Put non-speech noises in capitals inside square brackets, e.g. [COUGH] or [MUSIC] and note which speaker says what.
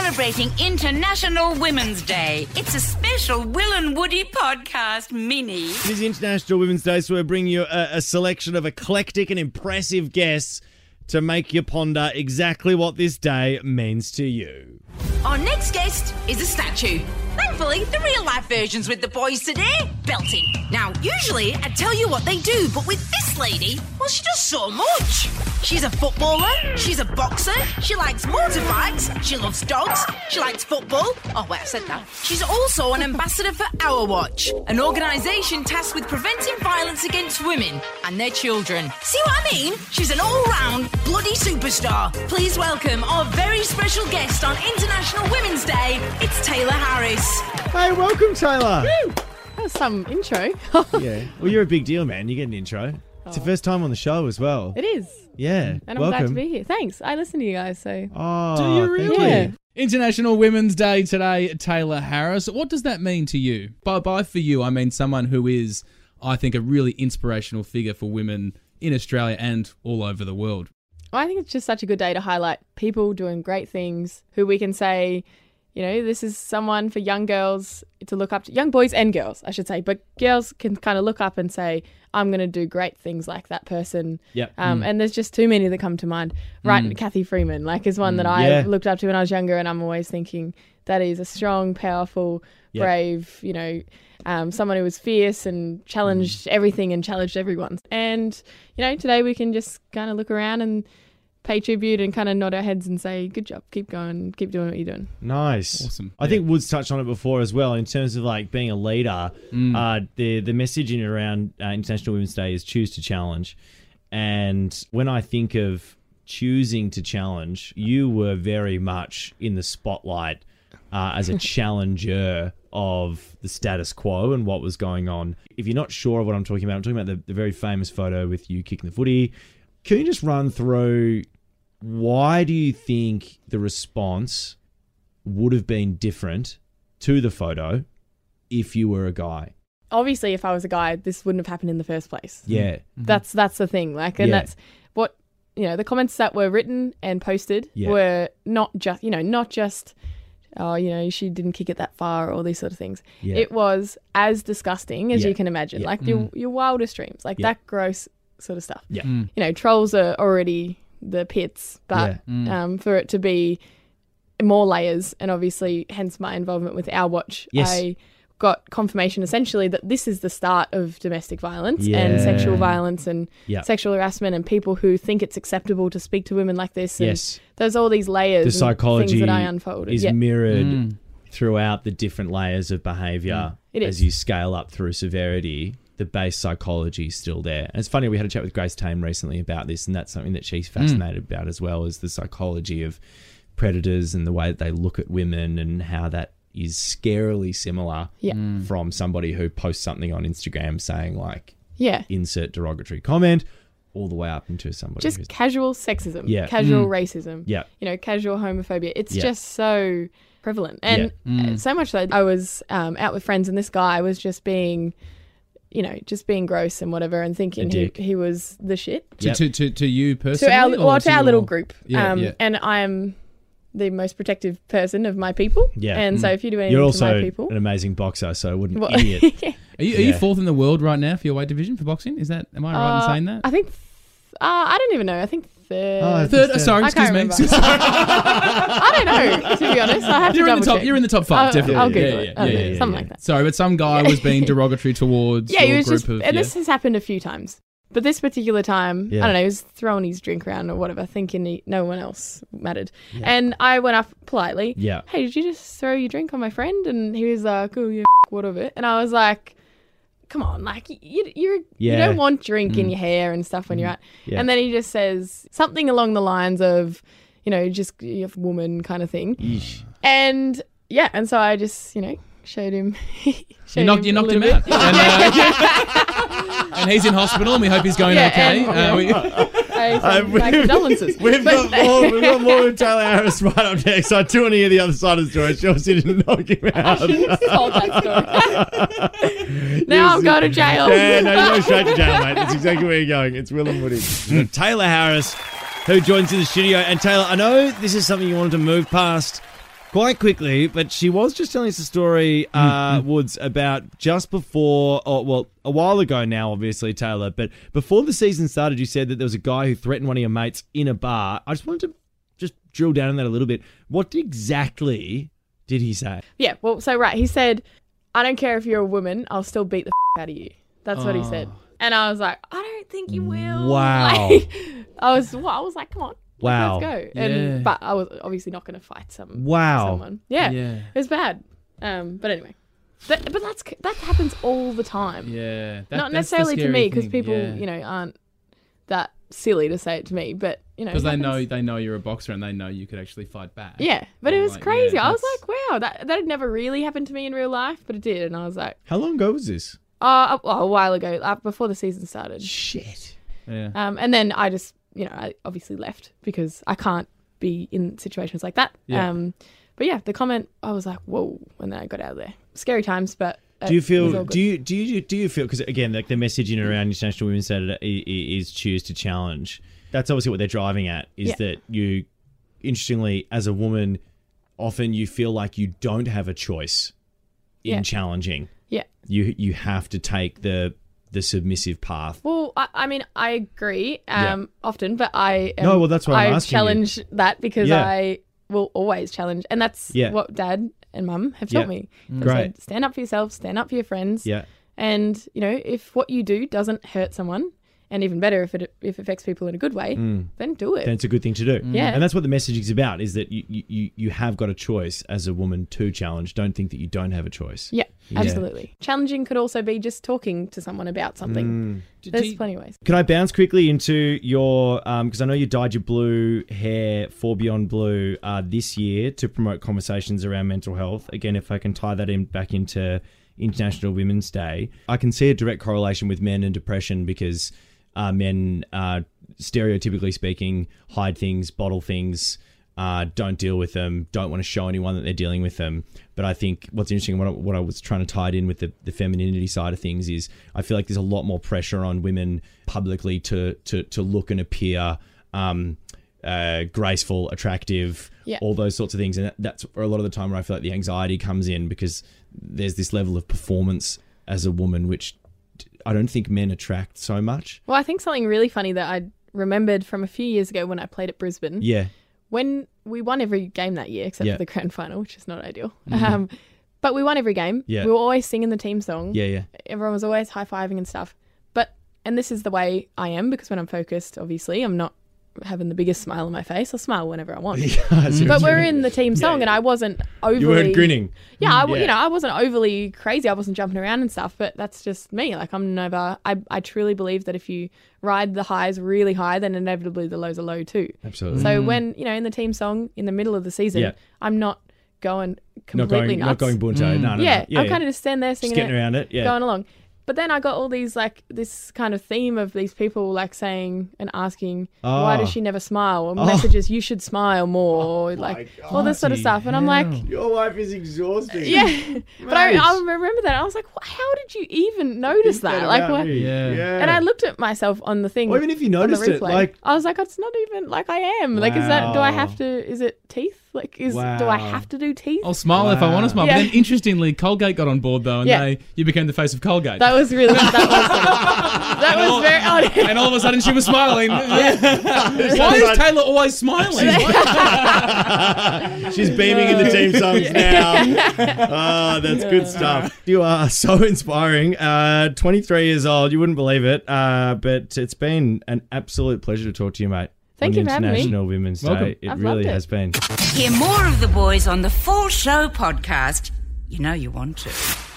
Speaker 1: celebrating International Women's Day. It's a special Will and Woody podcast mini.
Speaker 2: It is International Women's Day, so we're bringing you a, a selection of eclectic and impressive guests to make you ponder exactly what this day means to you.
Speaker 1: Our next guest is a statue. Thankfully, the real life version's with the boys today, belting. Now, usually I'd tell you what they do, but with this lady, well, she does so much. She's a footballer, she's a boxer, she likes motorbikes, she loves dogs, she likes football. Oh, wait, I said that. She's also an ambassador for Our Watch, an organisation tasked with preventing violence against women and their children. See what I mean? She's an all round bloody superstar. Please welcome our very special guest on International Women's Day, it's Taylor Harris.
Speaker 2: Hey, welcome, Taylor.
Speaker 3: That's [LAUGHS] some intro.
Speaker 2: yeah. Well, you're a big deal, man. You get an intro. It's the first time on the show as well.
Speaker 3: Oh. It is.
Speaker 2: Yeah.
Speaker 3: And I'm
Speaker 2: welcome.
Speaker 3: glad to be here. Thanks. I listen to you guys, so
Speaker 2: Oh,
Speaker 4: Do you
Speaker 2: thank
Speaker 4: really?
Speaker 3: Yeah.
Speaker 4: International Women's Day today, Taylor Harris. What does that mean to you? By by for you, I mean someone who is, I think, a really inspirational figure for women in Australia and all over the world.
Speaker 3: I think it's just such a good day to highlight people doing great things who we can say, you know, this is someone for young girls to look up to, young boys and girls, I should say, but girls can kind of look up and say, I'm going to do great things like that person.
Speaker 2: Yep. Mm.
Speaker 3: Um, And there's just too many that come to mind. Right. Kathy Freeman, like, is one that I
Speaker 2: yeah.
Speaker 3: looked up to when I was younger, and I'm always thinking that is a strong, powerful,
Speaker 2: Yep.
Speaker 3: brave, you know, um, someone who was fierce and challenged everything and challenged everyone. And, you know, today we can just kind of look around and pay tribute and kind of nod our heads and say, good job, keep going, keep doing what you're doing.
Speaker 2: Nice.
Speaker 4: Awesome.
Speaker 2: I think Woods touched on it before as well in terms of like being a leader. Uh, the the messaging around uh, International Women's Day is choose to challenge, and when I think of choosing to challenge, you were very much in the spotlight uh, as a challenger of the status quo and what was going on. If you're not sure of what I'm talking about, I'm talking about the, the very famous photo with you kicking the footy. Can you just run through why do you think the response would have been different to the photo if you were a guy.
Speaker 3: Obviously, if I was a guy, this wouldn't have happened in the first place.
Speaker 2: Yeah.
Speaker 3: That's that's the thing. Like,
Speaker 2: Mm-hmm.
Speaker 3: and
Speaker 2: Yeah.
Speaker 3: that's what you know. The comments that were written and posted
Speaker 2: Yeah.
Speaker 3: were not just you know not just oh you know she didn't kick it that far or all these sort of things.
Speaker 2: Yeah.
Speaker 3: It was as disgusting as
Speaker 2: Yeah.
Speaker 3: you can imagine.
Speaker 2: Yeah. Mm.
Speaker 3: Like your your wildest dreams, like
Speaker 2: Yeah.
Speaker 3: that gross sort of stuff.
Speaker 2: Yeah.
Speaker 3: You know, trolls are already the pits, but
Speaker 2: Mm.
Speaker 3: um, for it to be more layers, and obviously, hence my involvement with Our Watch,
Speaker 2: Yes.
Speaker 3: I got confirmation essentially that this is the start of domestic violence and
Speaker 2: Yeah.
Speaker 3: sexual violence and
Speaker 2: Yeah.
Speaker 3: sexual harassment and people who think it's acceptable to speak to women like this. And
Speaker 2: Yes.
Speaker 3: There's all these layers
Speaker 2: The
Speaker 3: and
Speaker 2: psychology
Speaker 3: things that I unfolded.
Speaker 2: is
Speaker 3: yeah.
Speaker 2: mirrored throughout the different layers of behavior
Speaker 3: It
Speaker 2: as
Speaker 3: is.
Speaker 2: you scale up through severity. The base psychology is still there. And it's funny, we had a chat with Grace Tame recently about this, and that's something that she's fascinated about as well is the psychology of predators and the way that they look at women and how that is scarily similar
Speaker 3: Yeah.
Speaker 2: from somebody who posts something on Instagram saying like
Speaker 3: yeah.
Speaker 2: insert derogatory comment all the way up into somebody who's
Speaker 3: Just casual sexism,
Speaker 2: Yeah. Mm.
Speaker 3: casual racism,
Speaker 2: Yeah.
Speaker 3: you know, casual homophobia. It's
Speaker 2: Yeah.
Speaker 3: just so prevalent, and uh,
Speaker 4: Mm.
Speaker 3: so much that I was um, out with friends, and this guy was just being, you know, just being gross and whatever, and thinking he,
Speaker 2: dick.
Speaker 3: he was the shit
Speaker 2: Yep.
Speaker 4: To, to, to, to you personally?
Speaker 3: to our
Speaker 4: or
Speaker 3: well, to our little
Speaker 4: your-
Speaker 3: group.
Speaker 4: Yeah,
Speaker 3: um,
Speaker 4: yeah.
Speaker 3: and I'm the most protective person of my people.
Speaker 2: Yeah.
Speaker 3: and
Speaker 4: Mm.
Speaker 3: so if you do anything
Speaker 2: You're
Speaker 3: to
Speaker 2: also
Speaker 3: my people,
Speaker 2: an
Speaker 3: [LAUGHS]
Speaker 2: amazing boxer, so what an
Speaker 3: Well- [LAUGHS]
Speaker 2: idiot.
Speaker 4: Are you, are you
Speaker 2: Yeah.
Speaker 4: fourth in the world right now for your weight division for boxing? Is that am I right
Speaker 3: Uh,
Speaker 4: in saying that?
Speaker 3: I think th- uh, I don't even know. I think third.
Speaker 2: Oh,
Speaker 4: Third, uh, sorry,
Speaker 3: I can't
Speaker 4: excuse me.
Speaker 3: remember. I don't know. To be honest, I have
Speaker 4: [LAUGHS] you're
Speaker 3: to
Speaker 4: in
Speaker 3: double
Speaker 4: the top.
Speaker 3: check.
Speaker 4: You're in the top
Speaker 3: I'll,
Speaker 4: five, definitely.
Speaker 3: I'll
Speaker 4: Oh, yeah,
Speaker 3: Google
Speaker 4: yeah,
Speaker 3: it.
Speaker 4: yeah,
Speaker 3: Okay,
Speaker 4: yeah,
Speaker 2: yeah,
Speaker 3: something
Speaker 2: yeah.
Speaker 3: like that.
Speaker 4: Sorry, but
Speaker 3: [LAUGHS]
Speaker 4: some guy was being derogatory towards
Speaker 3: Yeah,
Speaker 4: your
Speaker 3: he was
Speaker 4: group
Speaker 3: just, and
Speaker 4: of yeah.
Speaker 3: this has happened a few times. But this particular time,
Speaker 2: Yeah.
Speaker 3: I don't know, he was throwing his drink around or whatever, thinking he, no one else mattered. And I went up politely.
Speaker 2: Yeah.
Speaker 3: Hey, did you just throw your drink on my friend? And he was like, oh, yeah, [LAUGHS] what of it? And I was like, come on, like, you, you- you're, you
Speaker 2: Yeah.
Speaker 3: don't want drink
Speaker 4: Mm.
Speaker 3: in your hair and stuff when you're out.
Speaker 2: Yeah.
Speaker 3: And then he just says something along the lines of, you know, just you know, woman kind of thing.
Speaker 2: Yeesh.
Speaker 3: And yeah, and so I just, you know, showed him. [LAUGHS] showed
Speaker 4: You knocked, you
Speaker 3: a
Speaker 4: knocked
Speaker 3: little
Speaker 4: him
Speaker 3: bit. [LAUGHS]
Speaker 4: out. And, uh, [LAUGHS] and he's in hospital, and we hope he's going
Speaker 3: Yeah,
Speaker 4: okay.
Speaker 3: and-
Speaker 4: Uh, we-
Speaker 3: I
Speaker 2: Um,
Speaker 3: send my
Speaker 2: we've-
Speaker 3: condolences.
Speaker 2: [LAUGHS] We've
Speaker 3: But-
Speaker 2: got, more,
Speaker 3: [LAUGHS]
Speaker 2: we've got more with Taylor Harris right up next. I do want to hear the other side of the story. She obviously didn't knock him
Speaker 3: Oh,
Speaker 2: out.
Speaker 3: Told that story. [LAUGHS] now I'm going to
Speaker 2: [LAUGHS]
Speaker 3: jail.
Speaker 2: Yeah, no, you're going straight to jail, mate. That's exactly where you're going. It's Will and [LAUGHS] Woody. Taylor Harris, who joins in the studio. And Taylor, I know this is something you wanted to move past quite quickly, but she was just telling us a story,
Speaker 3: Mm,
Speaker 2: uh, Woods, about just before, or, well, a while ago now, obviously, Taylor, but before the season started, you said that there was a guy who threatened one of your mates in a bar. I just wanted to just drill down on that a little bit. What exactly did he say?
Speaker 3: [LAUGHS] Yeah, well, so right, he said, I don't care if you're a woman, I'll still beat the f- out of you. That's what he said. And I was like, I don't think you will.
Speaker 2: Oh. Wow.
Speaker 3: Like, [LAUGHS] I was, well, I was like, come on.
Speaker 2: Wow.
Speaker 3: Let's go. And
Speaker 4: Yeah.
Speaker 3: but I was obviously not going to fight some
Speaker 2: Wow.
Speaker 3: someone. Yeah.
Speaker 4: Yeah.
Speaker 3: It was bad. Um, but anyway. But, but that's that happens all the time.
Speaker 4: [LAUGHS] Yeah. that-
Speaker 3: not
Speaker 4: that's the
Speaker 3: necessarily to
Speaker 4: scary
Speaker 3: me because
Speaker 4: thing,
Speaker 3: people,
Speaker 4: yeah.
Speaker 3: you know, aren't that silly to say it to me, but you know, it
Speaker 4: because they
Speaker 3: happens.
Speaker 4: know they know you're a boxer and they know you could actually fight back.
Speaker 3: Yeah, but it
Speaker 4: I'm
Speaker 3: was
Speaker 4: like, yeah,
Speaker 3: crazy. I was like,
Speaker 4: that's-
Speaker 3: wow, that that had never really happened to me in real life, but it did, and I was like,
Speaker 2: How long ago was this?
Speaker 3: oh, a, a while ago, uh, before the season started.
Speaker 2: Shit.
Speaker 4: Yeah.
Speaker 3: Um, and then I just, you know, I obviously left because I can't be in situations like that.
Speaker 4: Yeah.
Speaker 3: Um, but yeah, the comment, I was like, whoa, when I got out of there. Scary times, but uh,
Speaker 2: Do you
Speaker 3: it was all
Speaker 2: feel?
Speaker 3: good.
Speaker 2: Do you do you do you feel? Because again, like the messaging around International Women's Saturday i- i- is choose to challenge. That's obviously what they're driving at. Is
Speaker 3: Yeah.
Speaker 2: that you? Interestingly, as a woman, often you feel like you don't have a choice in
Speaker 3: Yeah.
Speaker 2: challenging.
Speaker 3: yeah.
Speaker 2: You you have to take the the submissive path.
Speaker 3: Well, I, I mean, I agree
Speaker 2: Yeah.
Speaker 3: um, often, but I am,
Speaker 2: No, well, that's why I'm
Speaker 3: I
Speaker 2: asking you.
Speaker 3: challenge that because
Speaker 2: Yeah.
Speaker 3: I will always challenge, and that's
Speaker 2: Yeah.
Speaker 3: what Dad and Mum have taught
Speaker 2: Yeah.
Speaker 3: me.
Speaker 2: Mm.
Speaker 3: They
Speaker 2: Great.
Speaker 3: said, stand up for yourself, stand up for your friends,
Speaker 2: Yeah,
Speaker 3: and you know, if what you do doesn't hurt someone, and even better, if it if it affects people in a good way, then do it.
Speaker 2: Mm. then it's a good thing to do.
Speaker 3: Mm. Yeah.
Speaker 2: and that's what the message is about. Is that you you- you you have got a choice as a woman to challenge. Don't think that you don't have a choice.
Speaker 3: yeah, absolutely. Challenging could also be just talking to someone about
Speaker 2: Mm.
Speaker 3: something.
Speaker 4: Do- do
Speaker 3: There's
Speaker 4: you-
Speaker 3: plenty of ways.
Speaker 2: Can I bounce quickly into your because I know you dyed your blue hair for Beyond Blue uh, this year to promote conversations around mental health. Again, if I can tie that in back into International Women's Day, I can see a direct correlation with men and depression because uh, men, uh, stereotypically speaking, hide things, bottle things, uh, don't deal with them, don't want to show anyone that they're dealing with them. But I think what's interesting, what I, what I was trying to tie it in with the, the femininity side of things is I feel like there's a lot more pressure on women publicly to to, to look and appear um, uh, graceful, attractive,
Speaker 3: Yeah.
Speaker 2: all those sorts of things. And that, that's where a lot of the time where I feel like the anxiety comes in because there's this level of performance as a woman, which I don't think men attract so much.
Speaker 3: Well, I think something really funny that I remembered from a few years ago when I played at Brisbane.
Speaker 2: Yeah.
Speaker 3: when we won every game that year except
Speaker 2: Yeah. Mm-hmm.
Speaker 3: for the grand final, which is not ideal. Um, but we won every game.
Speaker 2: Yeah.
Speaker 3: We were always singing the team song.
Speaker 2: Yeah, yeah.
Speaker 3: Everyone was always high fiving and stuff. But and this is the way I am because when I'm focused, obviously, I'm not having the biggest smile on my face. I'll smile whenever I
Speaker 2: [LAUGHS]
Speaker 3: want. But we're in the team song, and I wasn't overly.
Speaker 2: you weren't grinning. Mm,
Speaker 3: Yeah, I, w-
Speaker 2: Yeah.
Speaker 3: you know, I wasn't overly crazy. I wasn't jumping around and stuff, but that's just me. Like, I'm never. I, I truly believe that if you ride the highs really high, then inevitably the lows are low too.
Speaker 2: Absolutely.
Speaker 3: So when you know in the team song in the middle of the season,
Speaker 2: Mm. Yeah.
Speaker 3: I'm not going
Speaker 2: not
Speaker 3: completely
Speaker 2: going, not
Speaker 3: nuts. Mm.
Speaker 2: going bunto. No, no, no.
Speaker 3: yeah,
Speaker 2: yeah
Speaker 3: I'm kind of just standing there
Speaker 2: just
Speaker 3: singing
Speaker 2: getting
Speaker 3: it,
Speaker 2: around it. Yeah.
Speaker 3: going along. But then I got all these like this kind of theme of these people like saying and asking why
Speaker 2: Oh.
Speaker 3: does she never smile or messages you should smile more or like all this sort of
Speaker 4: Bloody
Speaker 3: stuff. And I'm like,
Speaker 4: hell.
Speaker 2: Your life is exhausting.
Speaker 3: yeah. [LAUGHS] but I,
Speaker 2: Mate.
Speaker 3: I remember that. I was like, "Wh- how did you even notice that? Like, what?
Speaker 4: Yeah. Yeah.
Speaker 3: And I looked at myself on the thing.
Speaker 2: Or even if you
Speaker 3: on the
Speaker 2: noticed it,
Speaker 3: replay.
Speaker 2: like-
Speaker 3: I was like, it's not even like I am. Like, is that? Do I have
Speaker 2: Wow.
Speaker 3: to? Is it teeth? Like, is do I
Speaker 2: Wow.
Speaker 3: have to do teeth?
Speaker 4: I'll smile if I want to smile.
Speaker 3: Yeah.
Speaker 4: But then, interestingly, Colgate got on board though, and
Speaker 3: Yeah.
Speaker 4: they you became the face of Colgate.
Speaker 3: That was really.
Speaker 4: [LAUGHS]
Speaker 3: That was, that was very. odd.
Speaker 4: and all of a sudden, she
Speaker 3: [LAUGHS]
Speaker 4: was smiling. [LAUGHS] Why is Taylor always smiling?
Speaker 2: She's beaming in the
Speaker 3: [LAUGHS]
Speaker 2: team songs now. Ah, that's good stuff. You are so [LAUGHS] inspiring. Uh, 23 years old. You wouldn't believe it. Uh, but it's been an absolute pleasure to talk to you, mate.
Speaker 3: Thank
Speaker 2: on
Speaker 3: you
Speaker 2: the
Speaker 3: for having me.
Speaker 2: International Women's
Speaker 4: Welcome.
Speaker 2: Day. It
Speaker 3: I've
Speaker 2: really
Speaker 3: loved it.
Speaker 2: has been.
Speaker 5: Hear more of the boys on the Full Show podcast. You know you want to.